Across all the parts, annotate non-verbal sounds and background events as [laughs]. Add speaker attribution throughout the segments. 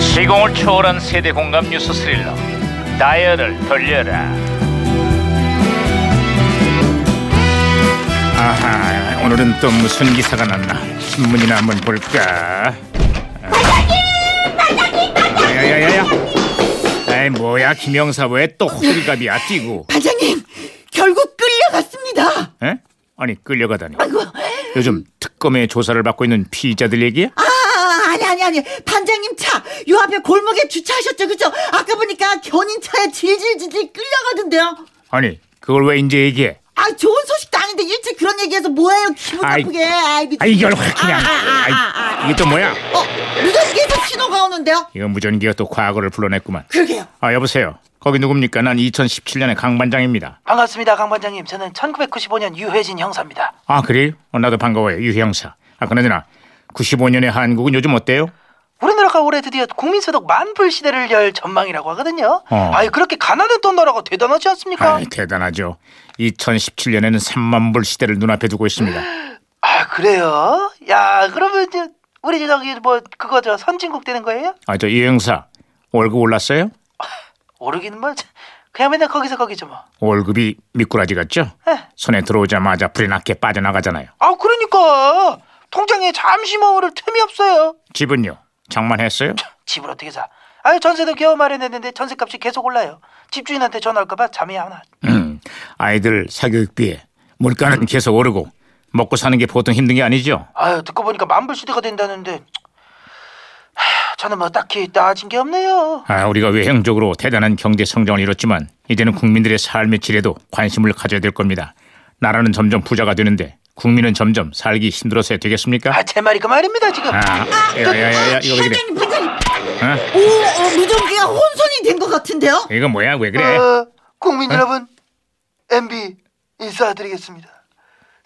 Speaker 1: 시공을 초월한 세대 공감 뉴스 스릴러 다이얼을 돌려라 아하 오늘은 또 무슨 기사가 났나 신문이나 한번 볼까 반장님 반장님 야야야야 에이 뭐야 김영사 왜 또 호들갑이야 뛰고
Speaker 2: 반장님 결국 끌려갔습니다.
Speaker 1: 에? 아니 끌려가다니
Speaker 2: 아이고.
Speaker 1: 요즘 특검의 조사를 받고 있는 피의자들 얘기야?
Speaker 2: 아 아니 아니 아니 반장님 차 요 앞에 골목에 주차하셨죠 그죠? 아까 보니까 견인 차에 질질질질 끌려가던데요.
Speaker 1: 아니 그걸 왜 이제 얘기해
Speaker 2: 아 좋은 소식도 아닌데 일찍 그런 얘기해서 뭐예요 기분
Speaker 1: 아이,
Speaker 2: 나쁘게. 아이 미치.
Speaker 1: 아 이걸 확 그냥
Speaker 2: 아, 아, 아, 아, 아.
Speaker 1: 아이, 이게 또 뭐야
Speaker 2: 어 무전기에서 신호가 오는데요.
Speaker 1: 이거 무전기가 또 과거를 불러냈구만.
Speaker 2: 그러게요.
Speaker 1: 아 여보세요. 거기 누굽니까? 난 2017년의 강 반장입니다.
Speaker 3: 반갑습니다, 강 반장님. 저는 1995년 유해진 형사입니다.
Speaker 1: 아 그래요? 어, 나도 반가워요, 유 형사. 아 그나저나 95년의 한국은 요즘 어때요?
Speaker 3: 우리나라가 올해 드디어 국민소득 만불 시대를 열 전망이라고 하거든요.
Speaker 1: 어.
Speaker 3: 아유 그렇게 가난했던 나라가 대단하지 않습니까?
Speaker 1: 아 대단하죠. 2017년에는 3만 불 시대를 눈앞에 두고 있습니다.
Speaker 3: 아 그래요? 야 그러면 이제 우리 저기 뭐 그거 저 선진국 되는 거예요?
Speaker 1: 아 저 유 형사 월급 올랐어요?
Speaker 3: 오르기는 뭐 참, 그냥 맨날 거기서 거기죠 뭐.
Speaker 1: 월급이 미꾸라지 같죠?
Speaker 3: 에.
Speaker 1: 손에 들어오자마자 불이 낮게 빠져나가잖아요.
Speaker 3: 아 그러니까 통장에 잠시 머무를 틈이 없어요.
Speaker 1: 집은요? 장만했어요?
Speaker 3: 집을 어떻게 사? 아유 전세도 겨우 마련했는데 전세값이 계속 올라요. 집주인한테 전화할까봐 잠이 안 와.
Speaker 1: 음, 아이들 사교육비에 물가는 계속 오르고 먹고 사는 게 보통 힘든 게 아니죠?
Speaker 3: 아유 듣고 보니까 만불 시대가 된다는데 하, 저는 뭐 딱히 따진 게 없네요.
Speaker 1: 아, 우리가 외형적으로 대단한 경제 성장을 이뤘지만 이제는 국민들의 삶의 질에도 관심을 가져야 될 겁니다. 나라는 점점 부자가 되는데 국민은 점점 살기 힘들어서야 되겠습니까?
Speaker 3: 아 제 말이 그 말입니다 지금.
Speaker 1: 아, 야야야야 이거 왜 그래?
Speaker 2: 반장님 반장님.
Speaker 1: 어?
Speaker 2: 오 어, 무전기가 혼선이 된 것 같은데요.
Speaker 1: 이거 뭐야? 왜 그래?
Speaker 3: 어, 국민 여러분 MB 인사드리겠습니다.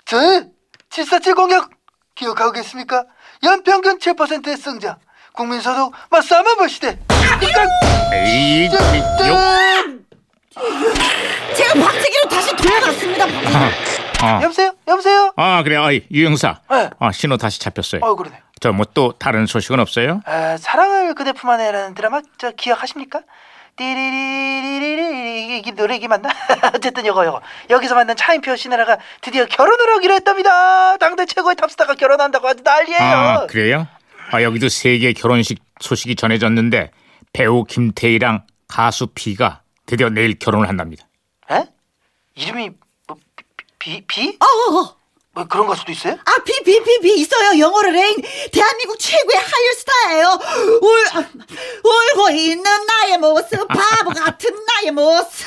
Speaker 3: 저는 747 공약 기억하고 계십니까? 연평균 7%의 성장, 국민소득 맞싸만 보시대.
Speaker 1: 아, 에이, 이- 요.
Speaker 2: 제가 박치기로 다시 돌아갔습니다. 반장님.
Speaker 1: 아,
Speaker 3: 여보세요? 여보세요?
Speaker 1: 아, 그래, 아이 유형사,
Speaker 3: 네.
Speaker 1: 아, 신호 다시 잡혔어요.
Speaker 3: 어 그러네.
Speaker 1: 저 뭐 또 다른 소식은 없어요?
Speaker 3: 아, 사랑을 그대품 안에라는 드라마 저 기억하십니까? 띠리리리리리 이게- 이게 노래 이게 맞나? [laughs] 어쨌든 요거 요거 여기서 만난 차인표 신혜라가 드디어 결혼을 하기로 했답니다. 당대 최고의 탑스타가 결혼한다고 아주 난리예요.
Speaker 1: 아, 그래요? 아, 여기도 세계 결혼식 소식이 전해졌는데 배우 김태희랑 가수 비가 드디어 내일 결혼을 한답니다.
Speaker 3: 에? 이름이 뭐, 비, 비, 비?
Speaker 2: 어, 어, 어.
Speaker 3: 뭐 그런 걸 수도 있어요?
Speaker 2: 아, 비, 비, 비, 비 있어요. 영어로 레인. 대한민국 최고의 한류스타예요. 울, 울고 뭐 있는 나의 모습,
Speaker 1: 아.
Speaker 2: 바보 같은 나의 모습.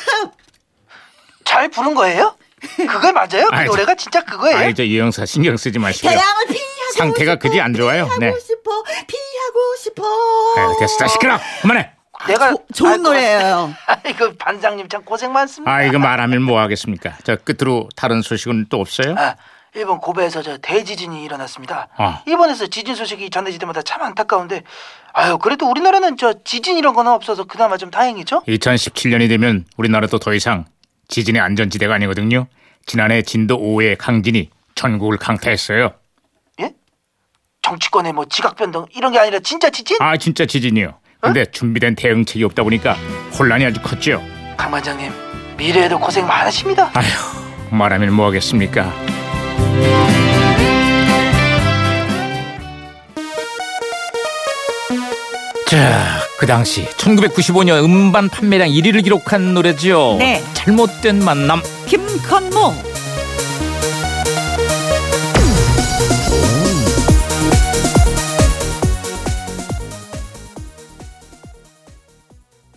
Speaker 3: 잘 부른 거예요? 그거 맞아요? 그
Speaker 1: 아이,
Speaker 3: 노래가 진짜 그거예요?
Speaker 1: 아이 저 유영사 신경 쓰지 예, 마시고요.
Speaker 2: 태양을 피하고
Speaker 1: 상태가
Speaker 2: 싶어,
Speaker 1: 그지 안 좋아요.
Speaker 2: 피하고
Speaker 1: 네.
Speaker 2: 싶어, 피하고 싶어.
Speaker 1: 아이, 됐어, 자, 시끄러. 그만해.
Speaker 3: 내가
Speaker 2: 조- 좋은
Speaker 3: 아이고,
Speaker 2: 노래예요.
Speaker 3: [laughs] 아이고 반장님 참 고생 많습니다.
Speaker 1: 아 이거 말하면 뭐 하겠습니까? 저 끝으로 다른 소식은 또 없어요?
Speaker 3: 아, 일본 고베에서 저 대지진이 일어났습니다.
Speaker 1: 아.
Speaker 3: 일본에서 지진 소식이 전해질 때마다 참 안타까운데, 아유 그래도 우리나라는 저 지진 이런 거는 없어서 그나마 좀 다행이죠.
Speaker 1: 2017년이 되면 우리나라도 더 이상 지진의 안전지대가 아니거든요. 지난해 진도 5의 강진이 전국을 강타했어요.
Speaker 3: 예? 정치권의 뭐 지각 변동 이런 게 아니라 진짜 지진?
Speaker 1: 아 진짜 지진이요. 근데 준비된 대응책이 없다 보니까 혼란이 아주 컸죠.
Speaker 3: 강 반장님 미래에도 고생 많으십니다.
Speaker 1: 아휴 말하면 뭐 하겠습니까?
Speaker 4: 자, 그 당시 1995년 음반 판매량 1위를 기록한 노래죠.
Speaker 2: 네.
Speaker 4: 잘못된 만남.
Speaker 2: 김건모,